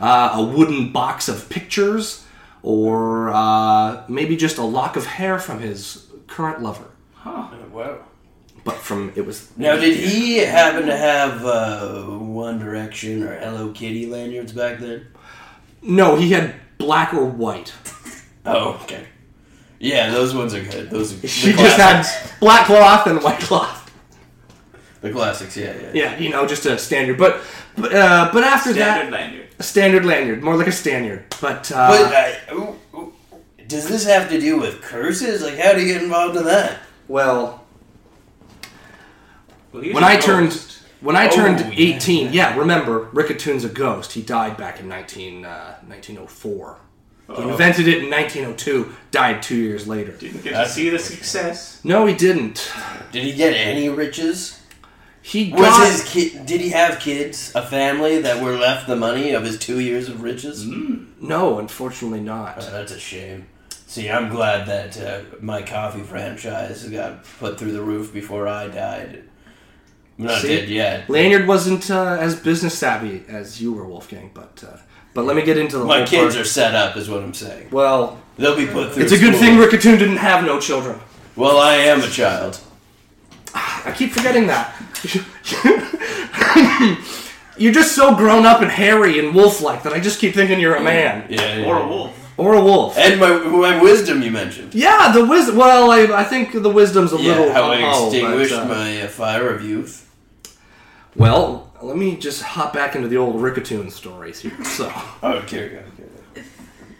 uh, a wooden box of pictures, or uh, maybe just a lock of hair from his current lover. Uh, Wow. But from it was Now, did he happen to have uh, One Direction or Hello Kitty lanyards back then? no, he had black or white. Oh, okay. Yeah, those ones are good. Those are the He just classics. had black cloth and white cloth. the classics. Yeah, yeah. Yeah, you know, just a standard. But but uh, but after that, Standard lanyard. a standard lanyard, more like a standard. But uh, But uh, ooh, ooh, does this have to do with curses? Like, how do you get involved in that? well. Well, he's when a I ghost. turned when I Oh, turned yeah, 18, yeah, remember, Rickatoon's a ghost. He died back in 19, uh, 1904. He Oh. invented it in 1902, died two years later. Oh, Didn't get to That's- see the success. No, he didn't. Did he get any riches? He Was got his kid? Did he have kids? A family that were left the money of his two years of riches? Mm-hmm. no, unfortunately not. Oh, that's a shame. See, I'm glad that uh, my coffee franchise got put through the roof before I died. I'm not See? dead yet. Lanyard wasn't uh, as business savvy as you were, Wolfgang. But uh, but let me get into the My whole kids part. are set up, is what I'm saying. well. They'll be put through. It's a good school. thing Rickatoon didn't have no children. Well, I am a child. I keep forgetting that. you're just so grown up and hairy and wolf-like that I just keep thinking Mm. you're a man Yeah. Or a yeah. wolf. or a wolf. And my my wisdom you mentioned. Yeah, the wisdom. Well, I, I think the wisdom's a Yeah, little. how I ho-ho, but, extinguished uh, my uh, fire of youth. Well, let me just hop back into the old Rickatoon stories here. So, Oh, carry on, carry on.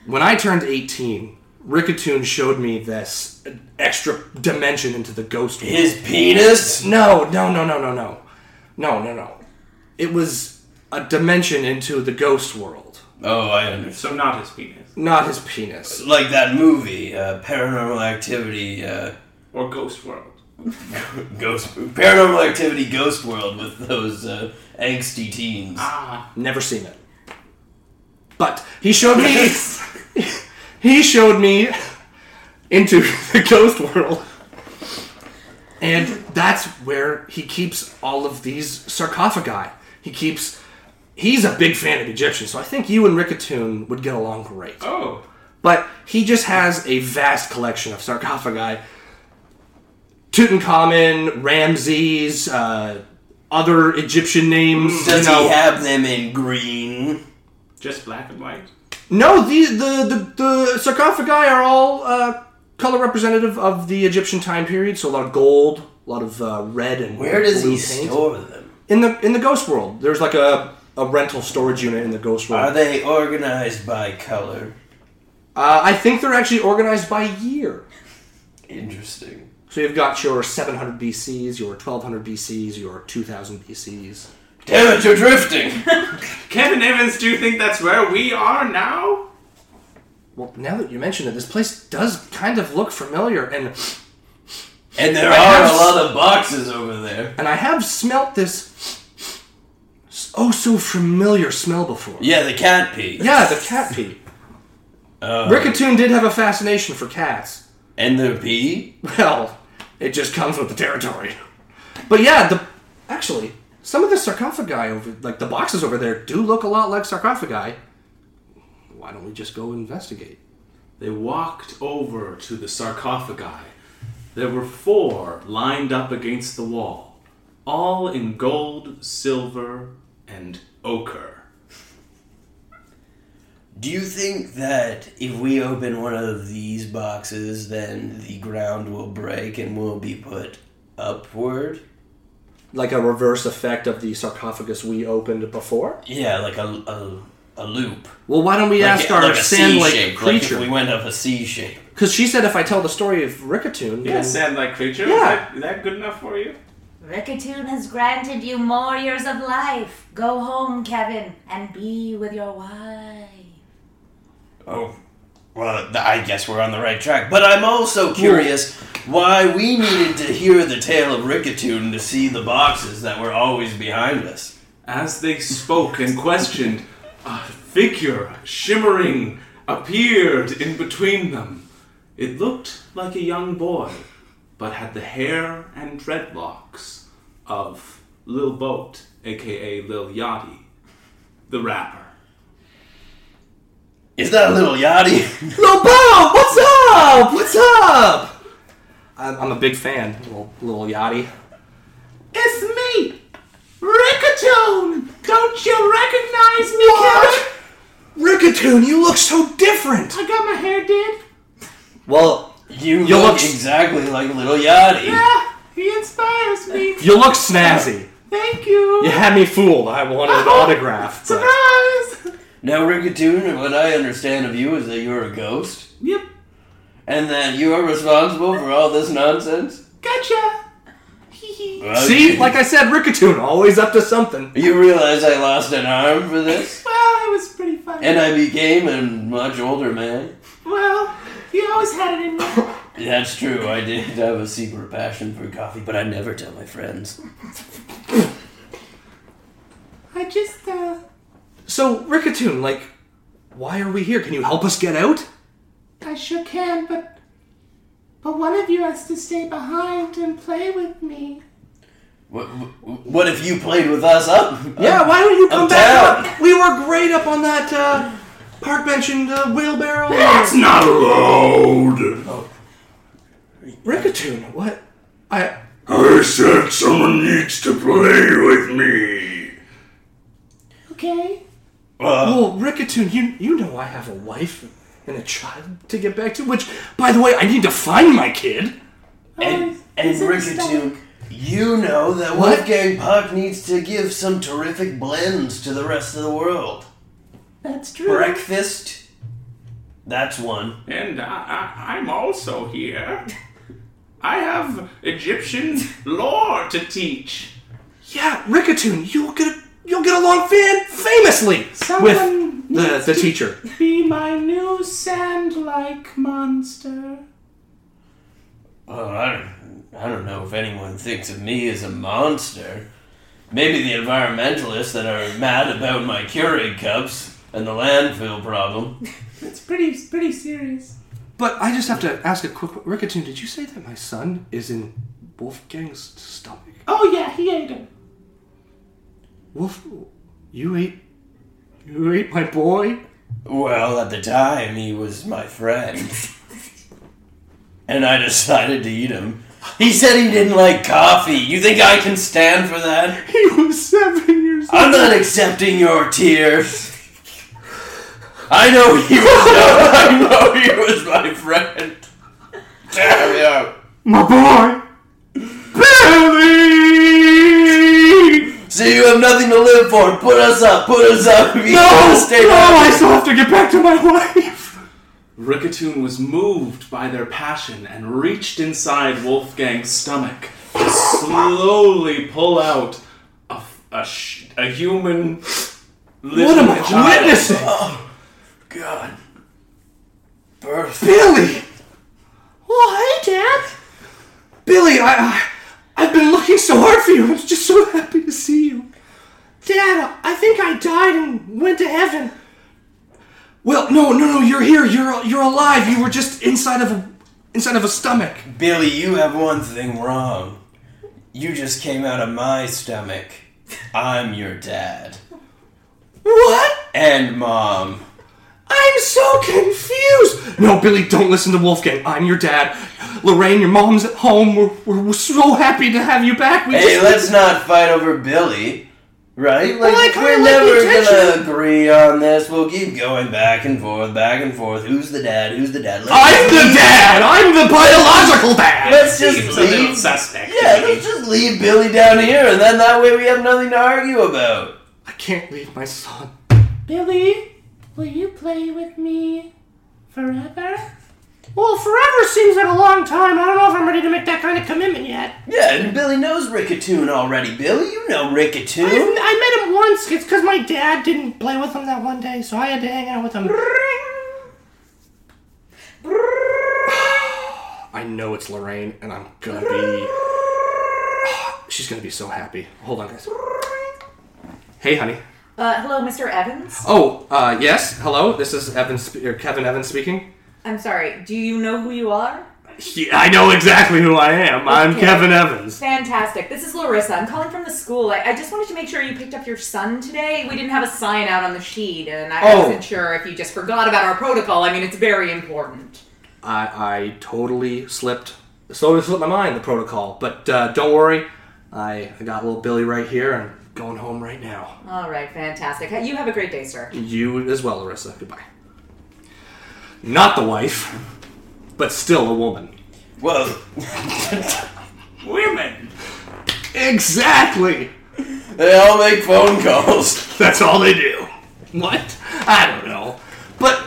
when I turned 18, Rickatoon showed me this extra dimension into the ghost world. His penis. No, no, no, no, no, no. No, no, no. It was a dimension into the ghost world, Oh, I understand. So not his penis. not his penis. Like that movie, uh, Paranormal Activity. Uh, Or Ghost World. Ghost Paranormal Activity Ghost World with those uh, angsty teens. Ah. Never seen it. But he showed me. he showed me into the ghost world. And that's where he keeps all of these sarcophagi. He keeps. He's a big fan of Egyptians, so I think you and Rickatoon would get along great. Oh. But he just has a vast collection of sarcophagi. Tutankhamun, Ramses, uh, other Egyptian names. Does you know. he have them in green? Just black and white. No, the the the, the sarcophagi are all uh, color representative of the Egyptian time period. So a lot of gold, a lot of uh, red and Where does he blue paint. store them? in the in the ghost world? There's like a a rental storage unit in the ghost world. Are they organized by color? uh, I think they're actually organized by year. Interesting. So you've got your 700 BCs, your 1200 BCs, your 2000 BCs. Damn it, you're drifting. Kevin Evans, do you think that's where we are now? Well, now that you mention it, this place does kind of look familiar, and and there I are have a s- lot of boxes over there. and I have smelt this oh so familiar smell before. Yeah, the cat pee. Yeah, the cat pee. Uh, Rickatoon did have a fascination for cats. and their pee. Well, it just comes with the territory. But yeah, the actually some of the sarcophagi over, like the boxes over there, do look a lot like sarcophagi. Why don't we just go investigate? They walked over to the sarcophagi. There were four lined up against the wall, all in gold, silver, and ochre. Do you think that if we open one of these boxes, then the ground will break and we'll be put upward? Like a reverse effect of the sarcophagus we opened before. Yeah, like a a, a loop. Well, why don't we ask a- our a sand-like C-shape, like if creature? we went up a C shape. Because she said if I tell the story of Rickatoon, Yeah, then- sand-like creature. Yeah. Is, that, is that good enough for you? Rickatoon has granted you more years of life. Go home, Kevin, and be with your wife. Oh, well, th- I guess we're on the right track. But I'm also curious why we needed to hear the tale of Rickatoon to see the boxes that were always behind us. As they spoke and questioned, a figure, shimmering, appeared in between them. It looked like a young boy, but had the hair and dreadlocks of Lil Boat, aka Lil Yachty, the rapper. Is that a little yachty? Lil Bob, what's up? What's up? I'm, I'm a big fan, little, little Yachty. It's me, Rickatoon. Don't you recognize me, What? Rickatoon, you look so different. I got my hair did. Well, You, You look look s- exactly like little yachty. Ah, he inspires me. you look snazzy. Thank you. You Oh, had me fooled. I wanted an autograph. but- Surprise. Now, Rickatoon, what I understand of you is that you're a ghost, Yep. and that you are responsible for all this nonsense. Gotcha. Well, See, you- like I said, Rickatoon, always up to something. you realize I lost an arm for this. Well, it was pretty fun. And I became a much older man. well, you always had it in you. That's true, I did have a secret passion for coffee, but I never tell my friends. I just, uh. So, Rickatoon, like, why are we here? Can you help us get out? I sure can, but but one of you has to stay behind and play with me. What, what if you played with us up? Yeah, why don't you come I'm back down. up? We were great up on that uh, park bench and uh, wheelbarrow. That's not allowed. Rickatoon, what? I I said someone needs to play with me. Okay. Uh, well, Rickatoon, Oh, you you know I have a wife and a child to get back to. Which, by the way, I need to find my kid. And, and Rickatoon, you know that What? Wolfgang Puck needs to give some terrific blends to the rest of the world. That's true. Breakfast. That's one. And I, I, I'm also here. I have Egyptian lore to teach. Yeah, Rickatoon, you'll get you'll get along fan famously Someone with the, needs the to- teacher. Be my new sand-like monster. Well, I don't, I don't know if anyone thinks of me as a monster. Maybe the environmentalists that are mad about my Keurig cups and the landfill problem. It's pretty, pretty serious. But I just have to ask a quick Rickatoon, did you say that my son is in Wolfgang's stomach? Oh yeah, he ate him. Wolf, you ate, you ate my boy. Well, at the time, he was my friend. and I decided to eat him. He said he didn't like coffee. You think I can stand for that? He was seven years I'm not accepting your tears. I know he was I know he was my friend. Damn yeah. My boy, Billy. So you have nothing to live for. Put us up. Put us up. You gotta stay up. Oh, still have to get back to my wife. Rickatoon was moved by their passion and reached inside Wolfgang's stomach to slowly pull out a, a, sh- a human. What am little I child. witnessing, God. Birth. Billy? Oh, Well, hey, Dad. Billy, I, I, I've been looking so hard for you. I'm just so happy to see you. Dad, I think I died and went to heaven. Well, no, no, no. You're here. You're you're alive. You were just inside of a inside of a stomach. Billy, you have one thing wrong. You just came out of my stomach. I'm your dad. What? And mom. I'm so confused. No, Billy, don't listen to Wolfgang. I'm your dad. Lorraine, your mom's at home. We're, we're, we're so happy to have you back. We Hey, just- let's not fight over Billy. Right? Like, Well, I kinda we're like the never attention. gonna agree on this. We'll keep going back and forth, back and forth. Who's the dad? Who's the dad? Let's I'm the dad. I'm the biological dad. Let's just Seems a little leave. suspect. Yeah, let's just leave Billy down here, and then that way we have nothing to argue about. I can't leave my son. Billy, will you play with me forever? Well, forever seems like a long time. I don't know if I'm ready to make that kind of commitment yet. Yeah, and Billy knows Rickatoon already. Billy, you know Rickatoon. I met him once. It's because my dad didn't play with him that one day, so I had to hang out with him. I know it's Lorraine, and I'm gonna be. She's gonna be so happy. Hold on, guys. Hey, honey. Uh, hello, Mr. Evans. Oh, uh, yes. Hello. This is Evan sp- or Kevin Evans speaking. I'm sorry. Do you know who you are? Yeah, I know exactly who I am. I'm Okay. Kevin Evans. Fantastic. This is Larissa. I'm calling from the school. I, I just wanted to make sure you picked up your son today. We didn't have a sign out on the sheet, and I Oh. wasn't sure if you just forgot about our protocol. I mean, it's very important. I, I totally slipped, totally slipped my mind the protocol. But uh, don't worry, I, I got little Billy right here and going home right now. All right, fantastic. You have a great day, sir. You as well, Arissa. Goodbye. Not the wife, but still a woman. Whoa. Women. Exactly. they all make phone calls. That's all they do. What? I don't know. But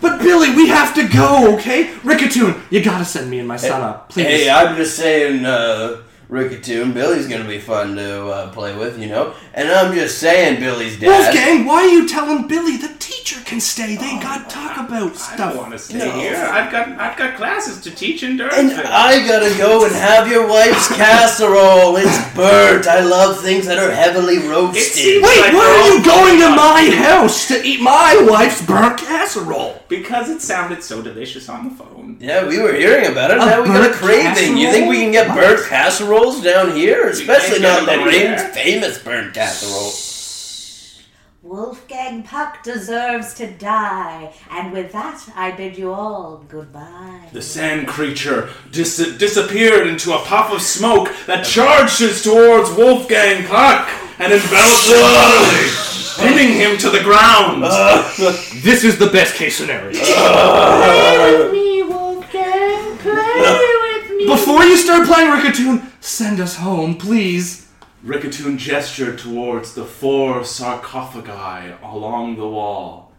but Billy, we have to go. Okay, Rickatoon, you gotta send me and my son up, please. Hey, I'm just saying, uh, Rickatoon Billy's gonna be fun to uh, play with, you know. And I'm just saying, Billy's dad. Wolfgang, why are you telling Billy the teacher can stay? They got talk about I don't want stuff. to stay No. here. I've got I've got classes to teach in And Durham. I gotta go and have your wife's casserole. It's burnt. I love things that are heavily roasted. seems- Wait, why Like, we're are all you going to fucked up. my house to eat my wife's burnt casserole? because it sounded so delicious on the phone. Yeah, we were hearing about it. A now we got a burnt craving. You think we can get casserole? burnt casseroles down here? Especially can't not get them Lorraine's over there. famous burnt casserole. Wolfgang Puck deserves to die, and with that, I bid you all goodbye. The sand creature dis- disappeared into a puff of smoke that charges towards Wolfgang Puck and envelops him utterly, pinning him to the ground. This is the best case scenario. Before you start playing Rickatoon, send us home, please. Rickatoon gestured towards the four sarcophagi along the wall.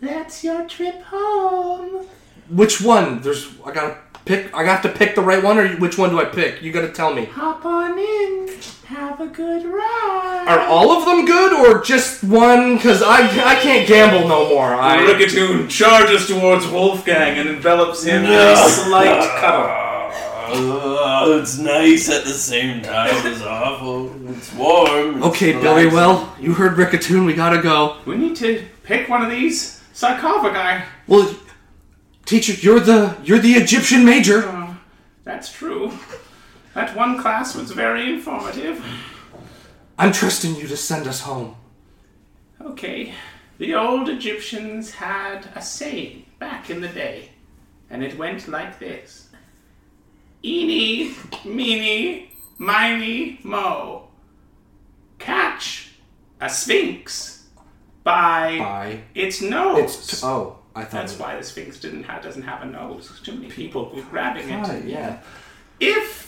That's your trip home. Which one? There's I gotta pick. I have to pick the right one, or which one do I pick? You gotta tell me. Hop on in. Have a good ride. Are all of them good, or just one? Cause I I can't gamble no more. I Rickatoon charges towards Wolfgang and envelops him in No. a slight cuddle. Oh, it's nice at the same time. It's awful. It's warm. It's okay, Billy. relaxing. Well, you heard Rickatoon. We gotta go. We need to pick one of these sarcophagi. Well, teacher, you're the you're the Egyptian major. That's true. That one class was very informative. I'm trusting you to send us home. Okay, the old Egyptians had a saying back in the day, and it went like this Eeny, meeny, miny, mo. Catch a sphinx by, Bye. its nose. It's t- oh, I thought That's it- why the sphinx didn't ha doesn't have a nose. Too many people were grabbing it. Right, yeah. If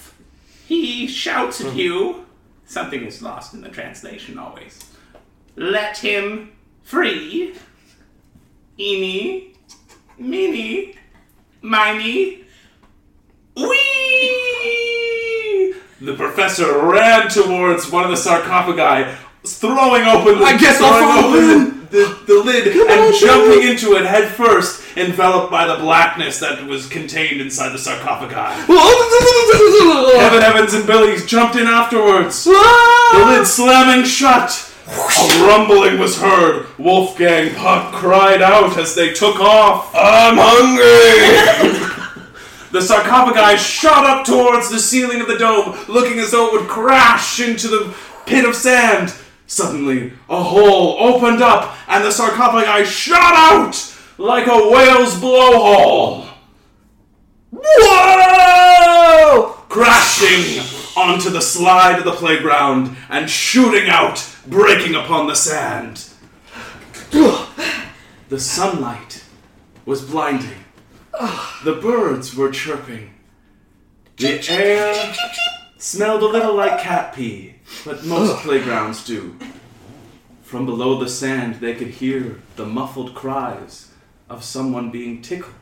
he shouts at you, something is lost in the translation always. Let him free. Eeny, meeny, miny, wee! The professor ran towards one of the sarcophagi, throwing open the, I guess I'll throwing follow open him. the, the lid on, and Billy. jumping into it head first, enveloped by the blackness that was contained inside the sarcophagi. Kevin Evans and Billy jumped in afterwards, the lid slamming shut. A rumbling was heard. Wolfgang Puck cried out as they took off. I'm hungry. The sarcophagi shot up towards the ceiling of the dome, looking as though it would crash into the pit of sand. Suddenly, a hole opened up, and the sarcophagi shot out like a whale's blowhole. Whoa! Crashing onto the slide of the playground and shooting out, breaking upon the sand. The sunlight was blinding. The birds were chirping. The air smelled a little like cat pee, but most playgrounds do. From below the sand, they could hear the muffled cries of someone being tickled.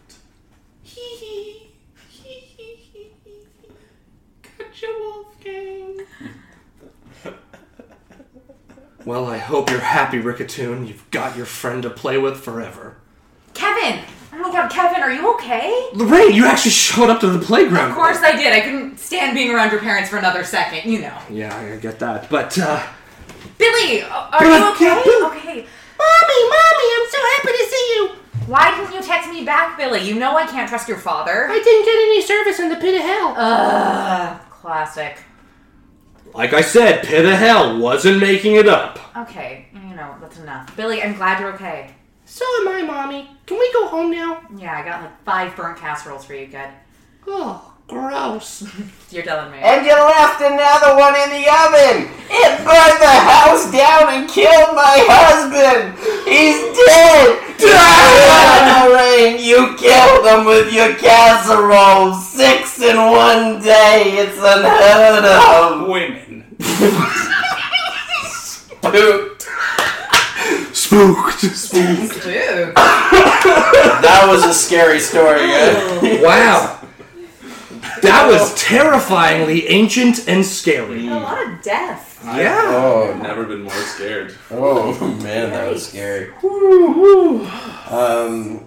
Gotcha, Wolfgang. Well, I hope you're happy, Rickatoon. You've got your friend to play with forever. Kevin! Oh my god, Kevin, are you okay? Lorraine, you actually showed up to the playground. Of course I did. I couldn't stand being around your parents for another second, you know. Yeah, I get that. But uh, Billy, uh, are Billy, you okay? yeah, Bill- Okay. Mommy, mommy, I'm so happy to see you. Why didn't you text me back, Billy? You know I can't trust your father. I didn't get any service in the pit of hell. Ugh, classic. like I said, Pit of Hell wasn't making it up. Okay, you know, that's enough. Billy, I'm glad you're okay. So am I, Mommy. Can we go home now? Yeah, I got like five burnt casseroles for you, good. Oh, gross. You're telling me. and you left another one in the oven. It burned the house down and killed my husband. He's dead. Lorraine, you killed him with your casserole. Six in one day. It's unheard of. Women. Spooked. Spooked. Dude. That was a scary story, guys. wow. That was terrifyingly ancient and scary. A Oh. lot of death. Yeah. I've Oh, never been more scared. oh man, that was scary. Um,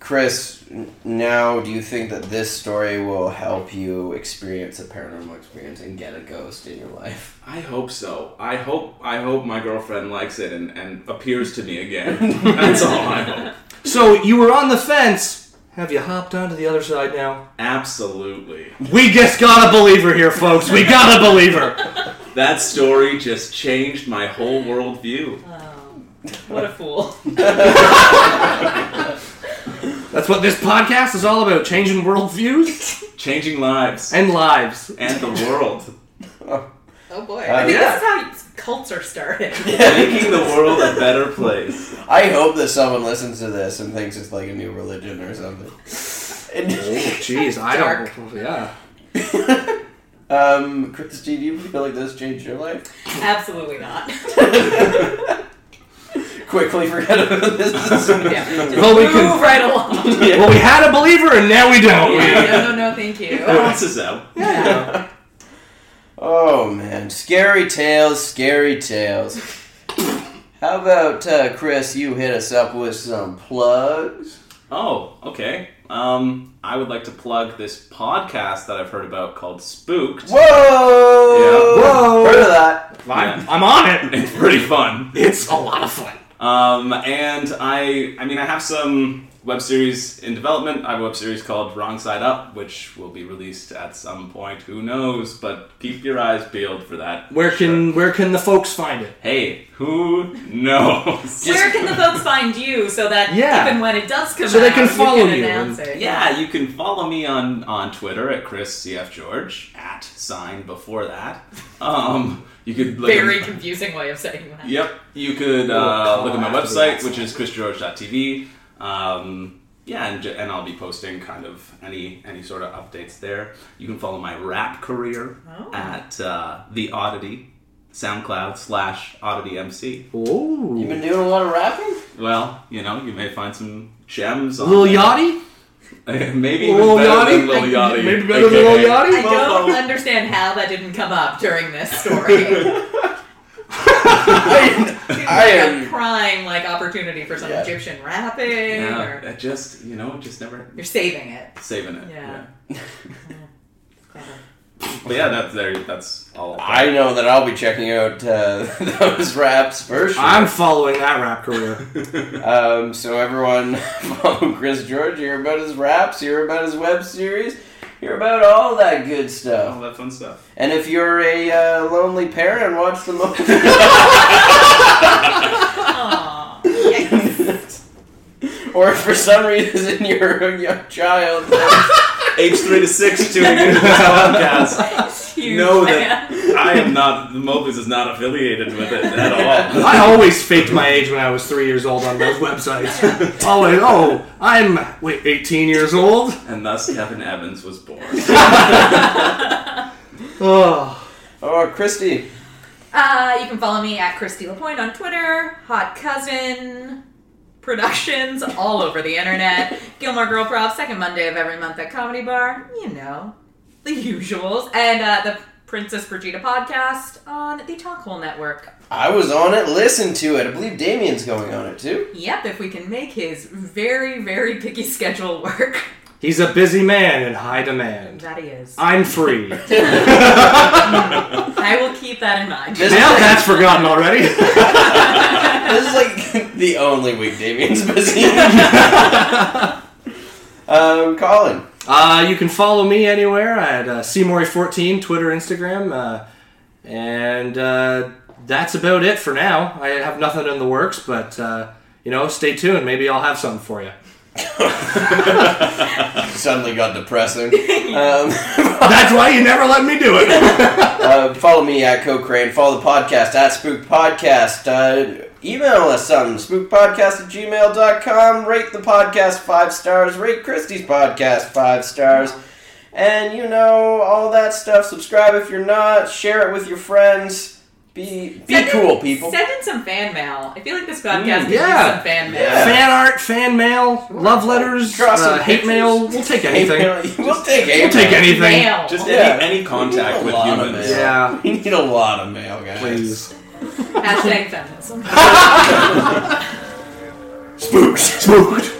Chris, n- now do you think that this story will help you experience a paranormal experience and get a ghost in your life? I hope so. I hope I hope my girlfriend likes it and, and appears to me again. That's all I hope. So you were on the fence. Have you hopped onto the other side now? Absolutely. We just got a believer here, folks. We got a believer. That story just changed my whole worldview. What a fool. That's what this podcast is all about: changing worldviews Changing lives. and lives. And the world. Oh boy. Uh, I think yeah. this is how cults are started. Making the world a better place. I hope that someone listens to this and thinks it's like a new religion or something. And- Oh, Jeez, I don't. Yeah. um, Chris, do you feel like this changed your life? Absolutely not. Quickly forget about this. Yeah. Well, we Move can. right along. Well, we had a believer, and now we don't. Yeah, no, no, no, thank you. Balance is out. Yeah. Oh man, scary tales, scary tales. How about uh, Chris? You hit us up with some plugs. Oh, okay. Um, I would like to plug this podcast that I've heard about called Spooked. Whoa! Whoa. Heard of that? I'm, I'm on it. It's pretty fun. It's a lot of fun. Um, and I, I mean, I have some web series in development. I have a web series called Wrong Side Up, which will be released at some point. Who knows? But keep your eyes peeled for that. Where can where can the folks find it? Hey, who knows? Where can the folks find you so that Yeah. even when it does come So they out, can you follow can you announce and- it? Yeah, you can follow me on, on Twitter at Chris CF George at sign before that. Um, you could look Very confusing way of saying that. Yep, you could Little uh, look at my call after website, the which is chrisgeorge.tv. Um, yeah, and, j- and I'll be posting kind of any any sort of updates there. You can follow my rap career Oh. at uh, the Oddity SoundCloud slash Oddity MC. You've been Oh, doing a lot of rapping. Well, you know, you may find some gems. on Lil there. Yachty. maybe even Lil better Yachty. than Lil Yachty. Maybe better than aka. Lil Yachty. I don't understand how that didn't come up during this story. Seems like a am- prime like opportunity for some Yeah. Egyptian rapping Yeah, or it just you know, just never you're saving it. saving it. Yeah. But yeah, that's there. That's all. I know that I'll be checking out uh, those raps for sure. I'm following that rap career. Um, so everyone, follow Chris George. Hear about his raps. Hear about his web series. Hear about all that good all stuff. that fun stuff. And if you're a uh, lonely parent, watch the movie. Aw. or if for some reason you're a young child, then age three to six tuning into this podcast. Huge Know fan. that I am not. The Mobley's is not affiliated with it at all. I always faked my age when I was three years old on those websites. Always, oh, I'm wait, 18 years old. And thus, Kevin Evans was born. Oh, oh, Christy, Uh, you can follow me at Christy Lapointe on Twitter, Hot Cousin Productions all over the internet, Gilmore Girl Prop, second Monday of every month at Comedy Bar, you know, the usuals, and uh, the Princess Brigida podcast on the Talkhole Network. I was on it. Listen to it. I believe Damien's going on it too. Yep, if we can make his very, very picky schedule work. he's a busy man in high demand. That he is. I'm free. now I will keep that in mind. This- that's forgotten already. This is like the only week Damien's busy. um, Colin, Uh, you can follow me anywhere at uh, Seymour14, Twitter, Instagram, uh, and uh, that's about it for now. I have nothing in the works, but uh, you know, stay tuned. Maybe I'll have something for you. suddenly got depressing. Um, That's why you never let me do it. Uh, follow me at Co Crane. Follow the podcast at Spook Podcast. Uh, email us something, spookpodcast at gmail.com. Rate the podcast five stars. Rate Christie's podcast five stars. And, you know, all that stuff. Subscribe if you're not. Share it with your friends. Be be Send in- cool, people. Mm, Send in some fan mail. I feel like this podcast could yeah. use some fan mail. Yeah. Fan art, fan mail, love letters, Draw some uh, hate pictures. mail. We'll take anything. we'll take anything. We'll take anything. Mail. Just Yeah. any, any contact We with need a lot of humans. mail. Yeah, We need a lot of mail, guys. please. Hashtag feminism. Spooked. Spooked.